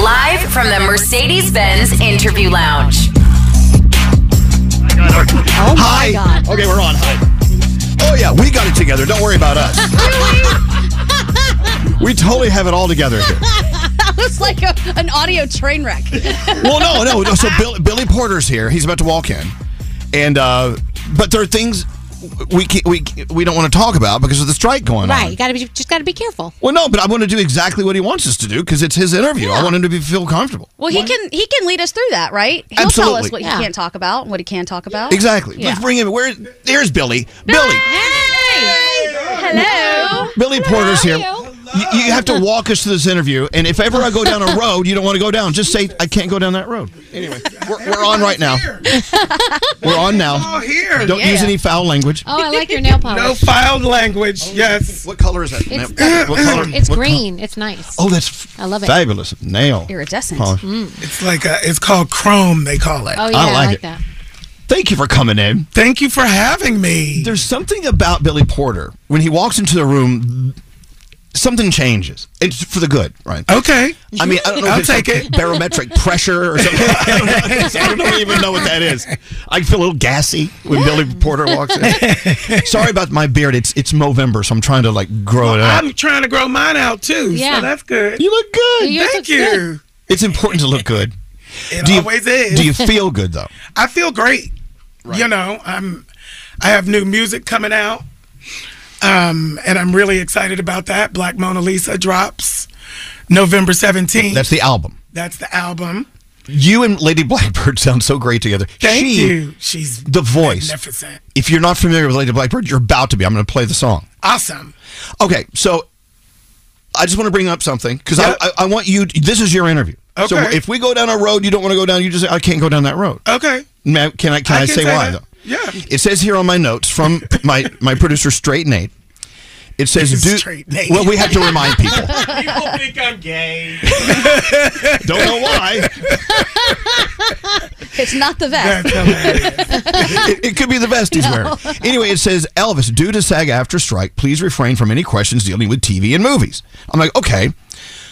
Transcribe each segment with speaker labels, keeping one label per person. Speaker 1: Live from the Mercedes Benz interview lounge.
Speaker 2: Hi. Okay, we're on. Hi. Oh yeah, we got it together. Don't worry about us. we totally have it all together here.
Speaker 3: That was like a, an audio train wreck.
Speaker 2: Well, no, no, no. So Bill, Billy Porter's here. He's about to walk in, and uh, but there are things we can't, we we don't want to talk about because of the strike going
Speaker 4: Right,
Speaker 2: on.
Speaker 4: you gotta be just gotta be careful.
Speaker 2: Well, no, but I want to do exactly what he wants us to do because it's his interview. I want him to be, feel comfortable.
Speaker 3: Well, he can he can lead us through that, right? He'll tell
Speaker 2: Absolutely.
Speaker 3: us what
Speaker 4: Yeah.
Speaker 3: he can't talk about and what he can talk about.
Speaker 2: Exactly.
Speaker 3: Yeah.
Speaker 2: Let's bring him. Where? There's Billy. Billy.
Speaker 3: Hello.
Speaker 2: Billy Porter's here. Y- You have to walk us to this interview, and if ever I go down a road you don't want to go down, just say I can't go down that road. Anyway, we're, we're on right now. We're on now.
Speaker 5: Oh, here.
Speaker 2: Don't use any foul language.
Speaker 4: Oh, I like your nail polish.
Speaker 5: No filed language. yes.
Speaker 2: What color is that?
Speaker 4: It's-
Speaker 2: Ma'am? what color?
Speaker 4: It's
Speaker 2: what col-
Speaker 4: green. It's nice.
Speaker 2: Oh, that's
Speaker 4: I love it. Mm.
Speaker 2: Fabulous nail.
Speaker 3: Iridescent.
Speaker 2: polish.
Speaker 5: It's like a, it's called Chrome. They call it.
Speaker 4: Oh, yeah,
Speaker 2: I
Speaker 4: I
Speaker 2: like
Speaker 4: like,
Speaker 2: it.
Speaker 4: that.
Speaker 2: Thank you for coming in.
Speaker 5: Thank you for having me.
Speaker 2: There's something about Billy Porter when he walks into the room. Something changes. It's for the good, right?
Speaker 5: Okay.
Speaker 2: I mean, I don't know.
Speaker 5: I'll
Speaker 2: if it's
Speaker 5: take
Speaker 2: like
Speaker 5: it.
Speaker 2: Barometric pressure or something. I don't, know. I don't even know what that is. I feel a little gassy when Billy Porter walks in. Sorry about my beard. It's it's Movember, so I'm trying to like grow it out.
Speaker 5: I'm trying to grow mine out too.
Speaker 4: Yeah.
Speaker 5: So that's good.
Speaker 2: uh, You look good.
Speaker 4: Yours
Speaker 5: Thank
Speaker 4: looks
Speaker 5: you.
Speaker 4: good.
Speaker 2: It's important to look good.
Speaker 5: It
Speaker 2: Do you-
Speaker 5: always is.
Speaker 2: Do you feel good though?
Speaker 5: I feel great. You know, I'm I have new music coming out. Um, and I'm really excited about that. Black Mona Lisa drops November 17th.
Speaker 2: That's the album.
Speaker 5: That's the album.
Speaker 2: You and Lady Blackbird sound so great together.
Speaker 5: Thank
Speaker 2: she,
Speaker 5: you. She's
Speaker 2: The voice.
Speaker 5: magnificent.
Speaker 2: If you're not familiar with Lady Blackbird, you're about to be. I'm going to play the song.
Speaker 5: Awesome.
Speaker 2: Okay, so I just want to bring up something because
Speaker 5: Yep.
Speaker 2: I, I, I want you. This is your interview. So
Speaker 5: Okay.
Speaker 2: if we go down a road you don't want to go down, you just say, I can't go down that road.
Speaker 5: Okay.
Speaker 2: Ma'am, can I can I,
Speaker 5: I can
Speaker 2: say,
Speaker 5: say
Speaker 2: why
Speaker 5: that.
Speaker 2: though?
Speaker 5: Yeah.
Speaker 2: It says here on my notes from my my producer Straight Nate. It says do
Speaker 5: Straight Nate.
Speaker 2: well. We have to remind people.
Speaker 5: People think I'm gay.
Speaker 2: don't know why.
Speaker 3: It's not the best.
Speaker 5: That's hilarious.
Speaker 2: It, it could be the vest he's wearing. Anyway, it says Elvis, due to SAG after strike, please refrain from any questions dealing with TV and movies. I'm like, okay,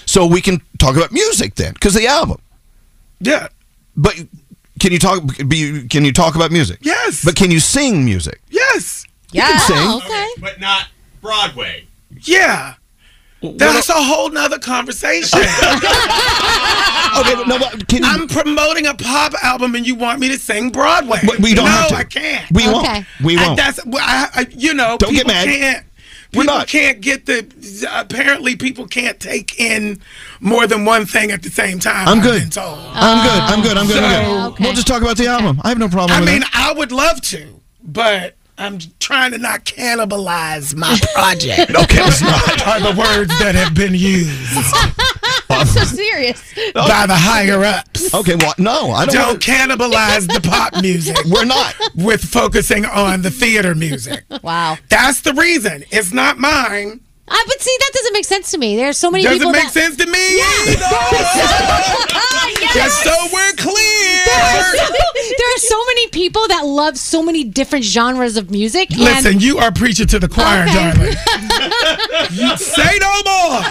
Speaker 2: so we can talk about music then, because the album.
Speaker 5: Yeah.
Speaker 2: But can you talk? Be, can you talk about music?
Speaker 5: Yes.
Speaker 2: But can you sing music?
Speaker 5: Yes.
Speaker 3: yeah.
Speaker 2: Sing.
Speaker 4: Oh, Okay.
Speaker 6: but not Broadway.
Speaker 5: Yeah. That's a whole nother conversation.
Speaker 2: Okay, but no, but can you?
Speaker 5: I'm promoting a pop album and you want me to sing Broadway.
Speaker 2: But we don't
Speaker 5: no,
Speaker 2: have to.
Speaker 5: I can't.
Speaker 2: We
Speaker 4: Okay.
Speaker 2: won't. We
Speaker 5: I,
Speaker 2: won't.
Speaker 5: that's well, I, I, you know.
Speaker 2: Don't get
Speaker 5: people
Speaker 2: mad.
Speaker 5: Can't,
Speaker 2: We're
Speaker 5: people
Speaker 2: not.
Speaker 5: can't get the. Apparently, people can't take in more than one thing at the same time.
Speaker 2: I'm
Speaker 5: I've
Speaker 2: good.
Speaker 5: been told.
Speaker 2: I'm good. I'm good. I'm good. I'm
Speaker 4: So-
Speaker 2: good. We'll just talk about the album. I have no problem
Speaker 5: I
Speaker 2: with
Speaker 5: mean,
Speaker 2: that.
Speaker 5: I would love to, but I'm trying to not cannibalize my project. okay, are the words that have been used
Speaker 7: so serious.
Speaker 5: by the higher ups.
Speaker 2: Okay, well, no, I don't.
Speaker 5: Don't
Speaker 2: wanna-
Speaker 5: cannibalize the pop music.
Speaker 2: we're not.
Speaker 5: with focusing on the theater music.
Speaker 7: Wow.
Speaker 5: That's the reason. It's not mine.
Speaker 4: I, Uh, but see, that doesn't make sense to me. There's so many
Speaker 5: Does
Speaker 4: people
Speaker 5: it make
Speaker 4: that.
Speaker 5: sense to me? Just so we're clear.
Speaker 4: there are so many people that love so many different genres of music.
Speaker 5: Listen,
Speaker 4: and
Speaker 5: you are preaching to the choir,
Speaker 4: Okay.
Speaker 5: darling. You say no more.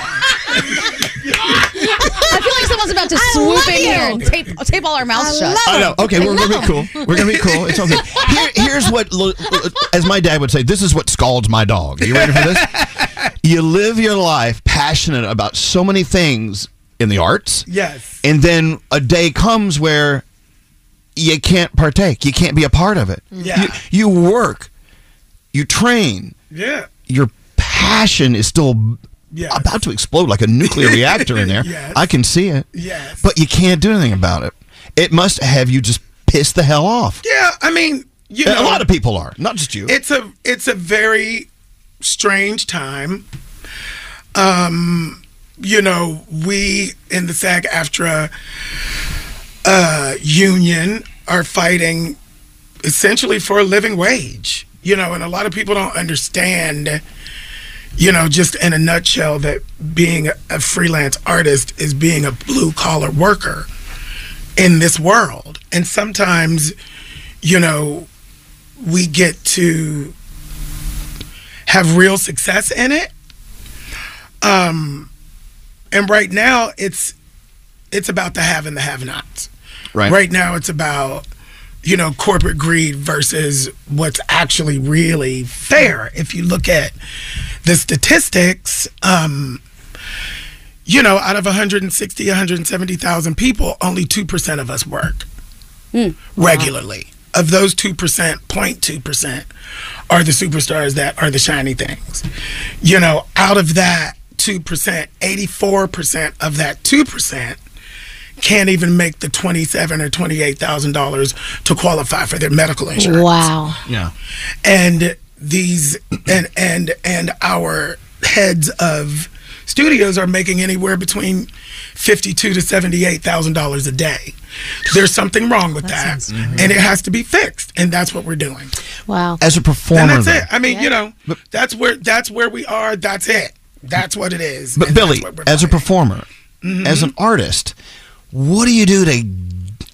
Speaker 7: I feel like someone's about to swoop in here and tape, tape all our mouths shut.
Speaker 2: I know. Okay, we're gonna be cool. We're gonna be cool. It's okay. Here, here's what, lo- lo- as my dad would say, this is what scalds my dog. Are you ready for this? You live your life passionate about so many things in the arts.
Speaker 5: Yes.
Speaker 2: And then a day comes where you can't partake. You can't be a part of it.
Speaker 5: Yeah.
Speaker 2: You, you work. You train.
Speaker 5: Yeah.
Speaker 2: Your passion is still
Speaker 5: Yes.
Speaker 2: about to explode like a nuclear reactor in there.
Speaker 5: Yes.
Speaker 2: I can see it.
Speaker 5: Yes.
Speaker 2: But you can't do anything about it. It must have you just pissed the hell off.
Speaker 5: Yeah, I mean, you
Speaker 2: And
Speaker 5: know,
Speaker 2: a lot of people are, not just you.
Speaker 5: it's a it's a very strange time. Um, you know, we in the SAG AFTRA uh, union are fighting essentially for a living wage. You know, and a lot of people don't understand. You know, just in a nutshell, that being a freelance artist is being a blue collar worker in this world. And sometimes, you know, we get to have real success in it. Um, and right now, it's it's about the have and the have-nots.
Speaker 2: Right.
Speaker 5: Right now, it's about you know corporate greed versus what's actually really fair. If you look at the statistics, um, you know, out of 160, 170,000 people, only two percent of us work regularly. Of those 2%, 0.2% are the superstars that are the shiny things. You know, out of that 2%, 84% of that 2% can't even make the 27 or $28,000 to qualify for their medical insurance
Speaker 4: wow.
Speaker 2: yeah.
Speaker 5: and these and and and our heads of studios are making anywhere between fifty-two to seventy-eight thousand dollars a day. There's something wrong with that,
Speaker 2: Mhm.
Speaker 5: and it has to be fixed. And that's what we're doing.
Speaker 4: Wow.
Speaker 2: As a performer.
Speaker 5: and that's
Speaker 2: though.
Speaker 5: it. I mean, you know, that's where that's where we are. That's it. That's what it is.
Speaker 2: But
Speaker 5: and
Speaker 2: Billy,
Speaker 5: that's what we're Mm-hmm.
Speaker 2: as a
Speaker 5: fighting.
Speaker 2: performer, as an artist, what do you do to?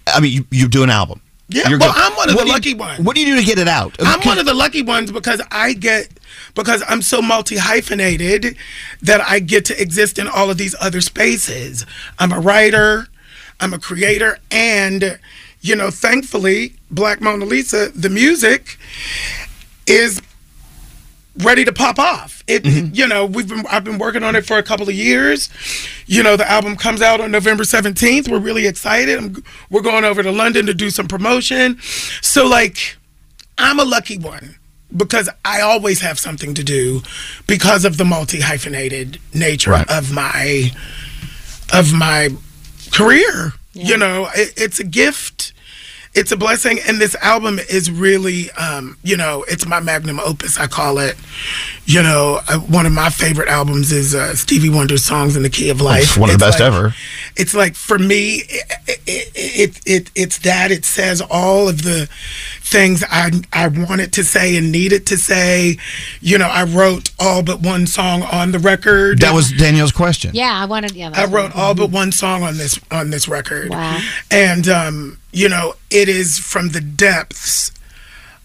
Speaker 2: I mean, you, you do an album.
Speaker 5: Yeah,
Speaker 2: You're
Speaker 5: well,
Speaker 2: good.
Speaker 5: I'm one of
Speaker 2: What
Speaker 5: the
Speaker 2: do you-
Speaker 5: lucky ones.
Speaker 2: What do you do to get it out?
Speaker 5: I'm one of the lucky ones because I get because I'm so multi hyphenated that I get to exist in all of these other spaces. I'm a writer, I'm a creator, and you know, thankfully, Black Mona Lisa, the music is ready to pop off. It you know, we've been I've been working on it for a couple of years. You know, the album comes out on November 17th. We're really excited. I'm, we're going over to London to do some promotion. So like I'm a lucky one because I always have something to do because of the multi hyphenated nature
Speaker 2: Right.
Speaker 5: of my of my career. You know, it, it's a gift. It's a blessing, and this album is really, um, you know, it's my magnum opus. I call it, you know, uh, one of my favorite albums is uh, Stevie Wonder's "Songs in the Key of Life."
Speaker 2: it's one of the best
Speaker 5: like-
Speaker 2: ever.
Speaker 5: It's like for me, it, it, it, it it's that it says all of the things I I wanted to say and needed to say. You know, I wrote all but one song on the record.
Speaker 2: That was Danielle's question.
Speaker 4: Yeah, I wanted. Yeah,
Speaker 5: I
Speaker 4: that's
Speaker 5: wrote all but one song on this on this record.
Speaker 4: Wow.
Speaker 5: And um, you know, it is from the depths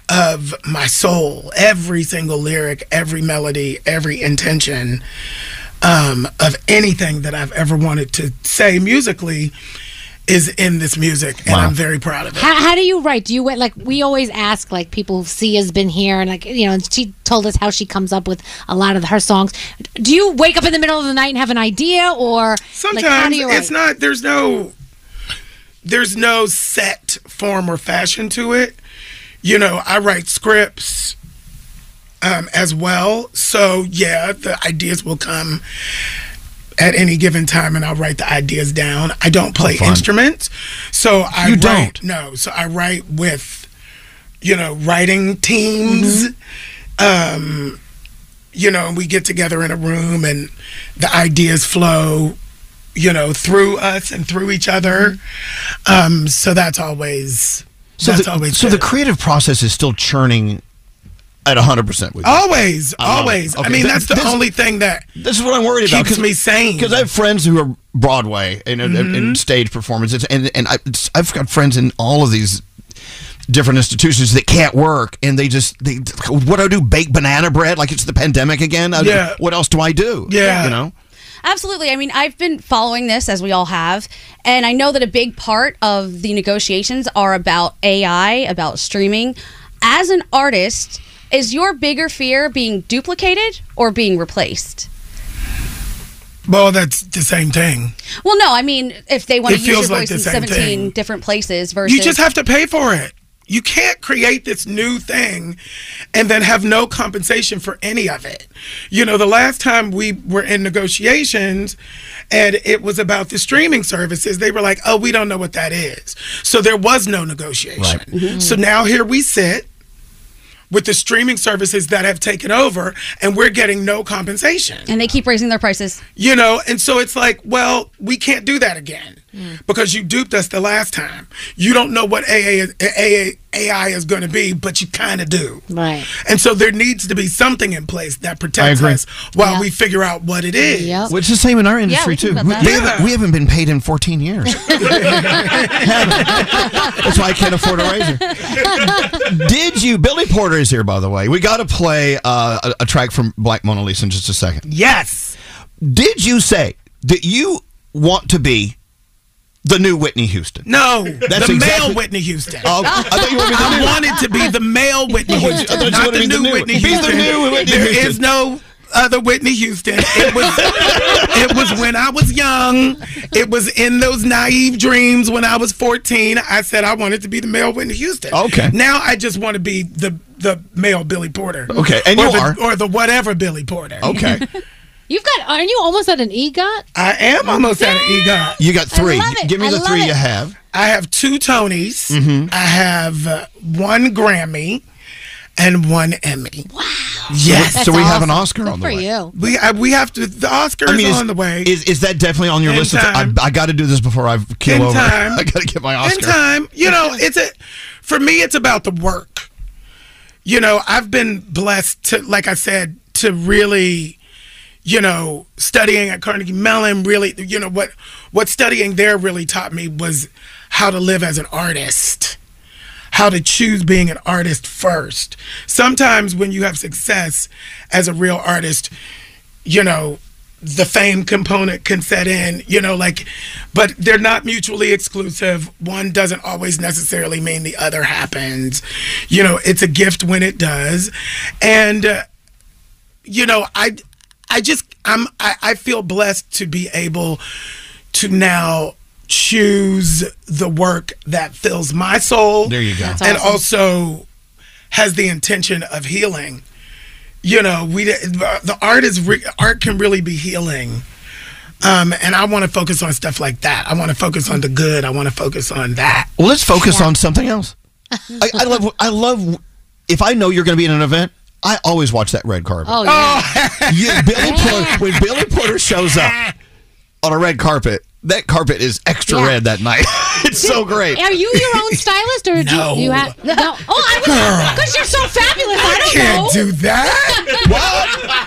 Speaker 5: of my soul. Every single lyric, every melody, every intention um, of anything that I've ever wanted to say musically is in this music, and
Speaker 2: Wow.
Speaker 5: I'm very proud of it.
Speaker 4: How, how do you write? Do you wait? Like we always ask, like people who see has been here, and like you know, and she told us how she comes up with a lot of her songs. Do you wake up in the middle of the night and have an idea, or
Speaker 5: Sometimes
Speaker 4: like, how do you write?
Speaker 5: it's not. There's no. There's no set form or fashion to it. You know, I write scripts um, as well, so yeah, the ideas will come at any given time, and I'll write the ideas down. I don't play
Speaker 2: fun.
Speaker 5: instruments, so I
Speaker 2: You
Speaker 5: write,
Speaker 2: don't?
Speaker 5: No, so I write with, you know, writing
Speaker 4: Mm-hmm.
Speaker 5: teams. Um, you know, and we get together in a room, and the ideas flow you know, through us and through each other. Um, so that's always
Speaker 2: Mm-hmm. So,
Speaker 5: that's
Speaker 2: the,
Speaker 5: always
Speaker 2: so the
Speaker 5: good.
Speaker 2: creative process is still churning at 100% with you.
Speaker 5: always
Speaker 2: I love it.
Speaker 5: always. I
Speaker 2: Okay.
Speaker 5: mean,
Speaker 2: Th-
Speaker 5: that's the
Speaker 2: this-
Speaker 5: only thing that
Speaker 2: This is what I'm worried about.
Speaker 5: Keeps me sane. Mm-hmm.
Speaker 2: Because I have friends who are Broadway and, and- and stage performances, and and I, it's- I've got friends in all of these different institutions that can't work, and they just they what do I do? Bake banana bread like it's the pandemic again? I-
Speaker 5: Yeah.
Speaker 2: What else do I do?
Speaker 5: Yeah.
Speaker 2: You know.
Speaker 7: Absolutely. I mean, I've been following this as we all have, and I know that a big part of the negotiations are about AI, about streaming. As an artist, is your bigger fear being duplicated or being replaced?
Speaker 5: well, that's the same thing.
Speaker 7: Well, no, I mean, if they want
Speaker 5: It
Speaker 7: to use your
Speaker 5: feels like
Speaker 7: voice
Speaker 5: the
Speaker 7: in
Speaker 5: same
Speaker 7: 17
Speaker 5: thing.
Speaker 7: different places versus
Speaker 5: You just have to pay for it. You can't create this new thing and then have no compensation for any of it. You know, the last time we were in negotiations and it was about the streaming services, they were like, oh, we don't know what that is. So there was no negotiation.
Speaker 2: Right.
Speaker 5: So now here we sit with the streaming services that have taken over and we're getting no compensation
Speaker 7: and they keep raising their prices.
Speaker 5: you know and so it's like well we can't do that again because you duped us the last time you don't know what AA is, AA, ai is going to be but you kind of do
Speaker 4: Right.
Speaker 5: and so there needs to be something in place that protects
Speaker 2: agree.
Speaker 5: us while we figure out what it is
Speaker 4: Yep.
Speaker 2: Well, it's the same in our industry
Speaker 7: we
Speaker 2: too.
Speaker 7: think about
Speaker 2: We,
Speaker 7: that.
Speaker 2: we haven't, we haven't been paid in 14 years. That's why I can't afford a razor. Did you? Billy Porter is here, by the way. We got to play uh, a, a track from Black Mona Lisa in just a second.
Speaker 5: yes
Speaker 2: Did you say that you want to be the new Whitney Houston?
Speaker 5: no
Speaker 2: That's
Speaker 5: the
Speaker 2: exactly-
Speaker 5: male whitney houston
Speaker 2: Oh, I thought you were going
Speaker 5: I
Speaker 2: to
Speaker 5: wanted to be the male Whitney
Speaker 2: I thought you- I
Speaker 5: Houston,
Speaker 2: thought you
Speaker 5: not
Speaker 2: wanted
Speaker 5: the
Speaker 2: to be
Speaker 5: new
Speaker 2: the new-
Speaker 5: Whitney
Speaker 2: be the
Speaker 5: Houston.
Speaker 2: new Whitney
Speaker 5: There
Speaker 2: Houston.
Speaker 5: is no other Whitney Houston. It was, it was when I was young. It was in those naive dreams when I was 14. I said I wanted to be the male Whitney Houston.
Speaker 2: Okay.
Speaker 5: Now I just want to be the the male Billy Porter.
Speaker 2: Okay, and
Speaker 5: or
Speaker 2: you
Speaker 5: the,
Speaker 2: are.
Speaker 5: or the whatever Billy Porter.
Speaker 2: Okay,
Speaker 4: You've got. Aren't you almost at an E EGOT?
Speaker 5: I am almost at an EGOT.
Speaker 2: you got three.
Speaker 4: love it.
Speaker 2: Give me
Speaker 4: I
Speaker 2: the
Speaker 4: love
Speaker 2: three
Speaker 4: it.
Speaker 2: you have.
Speaker 5: I have two Tonys.
Speaker 2: Mm-hmm.
Speaker 5: I have uh, one Grammy and one Emmy. Wow. Yes.
Speaker 2: so we have an
Speaker 4: awesome.
Speaker 2: Oscar
Speaker 4: Good
Speaker 2: on the
Speaker 4: for
Speaker 2: way.
Speaker 4: you.
Speaker 5: We I, we have to. The Oscar is
Speaker 2: is,
Speaker 5: on the way.
Speaker 2: Is, is that definitely on your
Speaker 5: In
Speaker 2: list? Of, I,
Speaker 5: time.
Speaker 2: I got to do this before I kill
Speaker 5: In
Speaker 2: over.
Speaker 5: time.
Speaker 2: I got to get my Oscar.
Speaker 5: In time, you know, it's a. For me, it's about the work. You know, I've been blessed to, like I said, to really, you know, studying at Carnegie Mellon. Really, you know what what studying there really taught me was how to live as an artist. How to choose being an artist first. Sometimes when you have success as a real artist, you know the fame component can set in you know like but they're not mutually exclusive one doesn't always necessarily mean the other happens you know it's a gift when it does and uh, you know i i just i'm I, I feel blessed to be able to now choose the work that fills my soul
Speaker 2: There you go. That's
Speaker 5: and also has the intention of healing you know we the art is re, art can really be healing um, and I want to focus on stuff like that. I want to focus on the good. I want to focus on that.
Speaker 2: Well, let's focus on something else. I, I love. I love. If I know you're going to be in an event, I always watch that red carpet.
Speaker 4: Oh yeah.
Speaker 2: You- Billy Porter, when Billy Porter shows up on a red carpet, that carpet is extra
Speaker 4: Yeah.
Speaker 2: red that night. it's so great.
Speaker 4: Are you your own stylist, or do
Speaker 5: Oh. No.
Speaker 4: you, you have? No. Oh, I was because you're so fabulous. I don't know.
Speaker 5: Can't do that.
Speaker 2: What?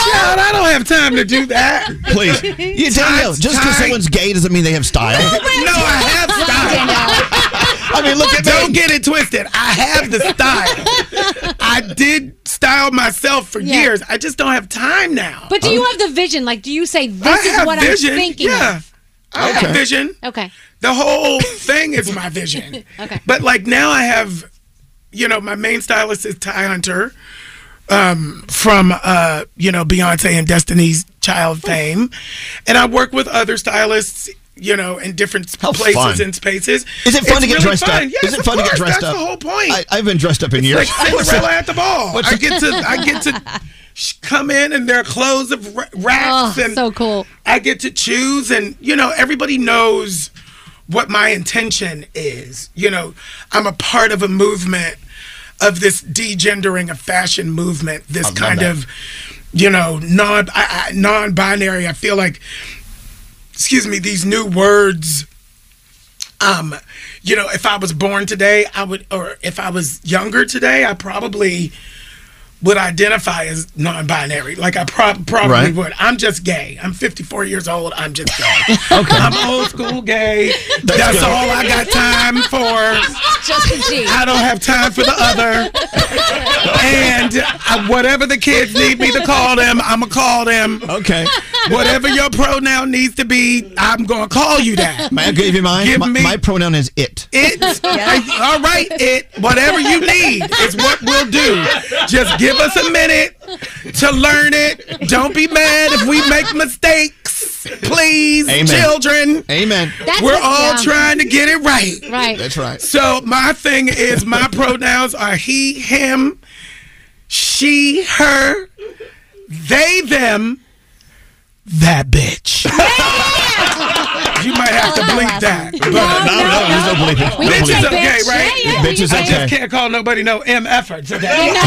Speaker 5: Child, I don't have time to do that.
Speaker 2: Please, you Danielle. Just because
Speaker 5: times.
Speaker 2: someone's gay doesn't mean they have style.
Speaker 5: No, I have style.
Speaker 2: I mean, look at me.
Speaker 5: Don't get it twisted. I have the style. I did style myself for
Speaker 4: Yeah.
Speaker 5: years. I just don't have time now.
Speaker 4: But do you have the vision? Like, do you say
Speaker 5: I
Speaker 4: this is
Speaker 5: have
Speaker 4: what I'm
Speaker 5: vision.
Speaker 4: thinking?
Speaker 5: Yeah.
Speaker 4: Of?
Speaker 5: I have a vision.
Speaker 4: Okay.
Speaker 5: The whole thing is my vision.
Speaker 4: Okay.
Speaker 5: But like now I have, you know, my main stylist is Ty Hunter um, from, uh, you know, Beyonce and Destiny's Child fame. And I work with other stylists, you know, in different
Speaker 2: How
Speaker 5: places
Speaker 2: fun.
Speaker 5: and spaces.
Speaker 2: Is it fun
Speaker 5: It's
Speaker 2: to get
Speaker 5: really
Speaker 2: dressed
Speaker 5: fun.
Speaker 2: up?
Speaker 5: Yes,
Speaker 2: is it
Speaker 5: of
Speaker 2: fun to get
Speaker 5: course.
Speaker 2: dressed
Speaker 5: That's
Speaker 2: up?
Speaker 5: the whole point.
Speaker 2: I, I've been dressed up in years.
Speaker 5: Like Cinderella at the ball.
Speaker 2: What's
Speaker 5: I
Speaker 2: that?
Speaker 5: get to I get to sh- come in and there are clothes of ra-
Speaker 4: Oh,
Speaker 5: racks and
Speaker 4: so cool.
Speaker 5: I get to choose and you know everybody knows what my intention is. You know, I'm a part of a movement of this degendering of fashion movement. This
Speaker 2: love
Speaker 5: kind
Speaker 2: that.
Speaker 5: of you know non I, I, non-binary. I feel like excuse me these new words um, you know, if I was born today, I would, or if I was younger today, I probably would identify as non-binary. Like I prob- probably
Speaker 2: Right.
Speaker 5: would. I'm just gay. I'm 54 years old. I'm just gay. I'm old school gay. That's,
Speaker 2: good.
Speaker 5: all I got time for.
Speaker 7: Just a G.
Speaker 5: I don't have time for the other. and I, whatever the kids need me to call them, I'm gonna call them.
Speaker 2: Okay.
Speaker 5: Whatever your pronoun needs to be, I'm gonna call you that.
Speaker 2: May I give you mine?
Speaker 5: Give
Speaker 2: my,
Speaker 5: me-
Speaker 2: my pronoun is it.
Speaker 5: It. All right, it. Whatever you need is what we'll do. Just give us a minute to learn it. Don't be mad if we make mistakes. Please,
Speaker 2: Amen.
Speaker 5: children.
Speaker 2: Amen.
Speaker 4: That's
Speaker 5: We're
Speaker 4: what-
Speaker 5: all
Speaker 4: yeah.
Speaker 5: trying to get it right.
Speaker 4: Right.
Speaker 2: That's right.
Speaker 5: So, my thing is my pronouns are he, him, she, her, they, them, that bitch. you might have to bleep that. but-
Speaker 2: No, no, there's no bleeping.
Speaker 4: We
Speaker 2: No
Speaker 4: can
Speaker 5: Bitch
Speaker 4: say
Speaker 5: is
Speaker 2: bleeping.
Speaker 5: okay,
Speaker 4: bitch.
Speaker 5: right?
Speaker 4: Yeah, yeah,
Speaker 2: Bitch is
Speaker 4: we can say
Speaker 2: okay.
Speaker 5: I just can't call nobody no M effort today.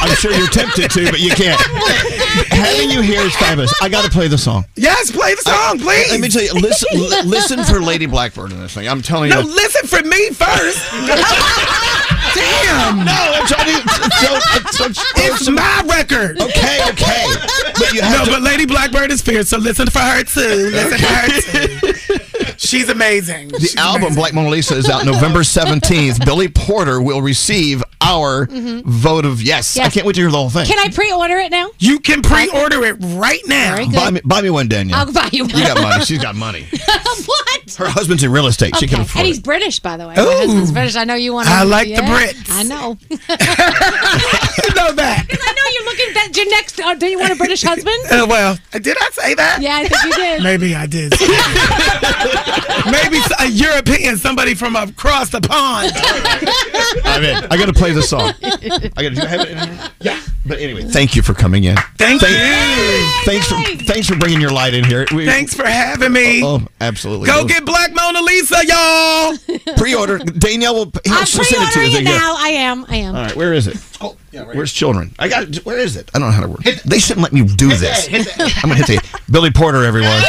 Speaker 2: I'm sure you're tempted to, but you can't. Having you here is fabulous. I got to play the song.
Speaker 5: Yes, play the song, please.
Speaker 2: Let me tell you. Listen, li- listen for Lady Blackbird in this thing. I'm telling
Speaker 5: no,
Speaker 2: you.
Speaker 5: listen for me first. Damn,
Speaker 2: No, I'm trying to. It's, it's, it's,
Speaker 5: it's my record.
Speaker 2: okay, okay. But you
Speaker 5: No,
Speaker 2: have
Speaker 5: but Lady Blackbird is fierce, so listen for her too. Listen for her too. She's amazing.
Speaker 2: The
Speaker 5: She's
Speaker 2: album
Speaker 5: amazing.
Speaker 2: Black Mona Lisa is out November 17th. Billy Porter will receive our vote of yes. I
Speaker 4: Mm-hmm. Yes.
Speaker 2: can't wait to hear the whole thing.
Speaker 4: Can I pre-order it now?
Speaker 5: You can pre-order it right now.
Speaker 2: buy me, buy me one, Daniel.
Speaker 4: I'll buy you
Speaker 2: you
Speaker 4: one.
Speaker 2: got money. She's got money.
Speaker 4: what?
Speaker 2: Her husband's in real estate. She can
Speaker 4: Okay.
Speaker 2: afford
Speaker 4: And he's
Speaker 2: it.
Speaker 4: British, by the way. My husband's British. I know you want to.
Speaker 5: I like the Brits.
Speaker 4: I know.
Speaker 5: You know that.
Speaker 4: I know you're looking that your next. Oh, do you want a British husband?
Speaker 5: Uh, well, did I say that?
Speaker 4: Yeah, I think you did.
Speaker 5: Maybe I did. Maybe a European, somebody from across the pond.
Speaker 2: I'm in. I got to play the song. I got to do I have it in here? Yeah. But anyway, thank you for coming in.
Speaker 5: Thank you.
Speaker 2: Thanks for thanks for bringing your light in here. We-
Speaker 5: Thanks for having me.
Speaker 2: Oh, absolutely.
Speaker 5: Go get Black Mona Lisa, y'all.
Speaker 2: pre-order. Danielle will.
Speaker 4: I'm
Speaker 2: she'll send it to you as
Speaker 4: pre-ordering
Speaker 2: they
Speaker 4: it
Speaker 2: go.
Speaker 4: now. I am. I am.
Speaker 2: All right, where is it? Oh, yeah, right Where's children? I got. Where is it? I don't know how to work. They shouldn't let me do this. I'm gonna hit the Billy Porter, everyone.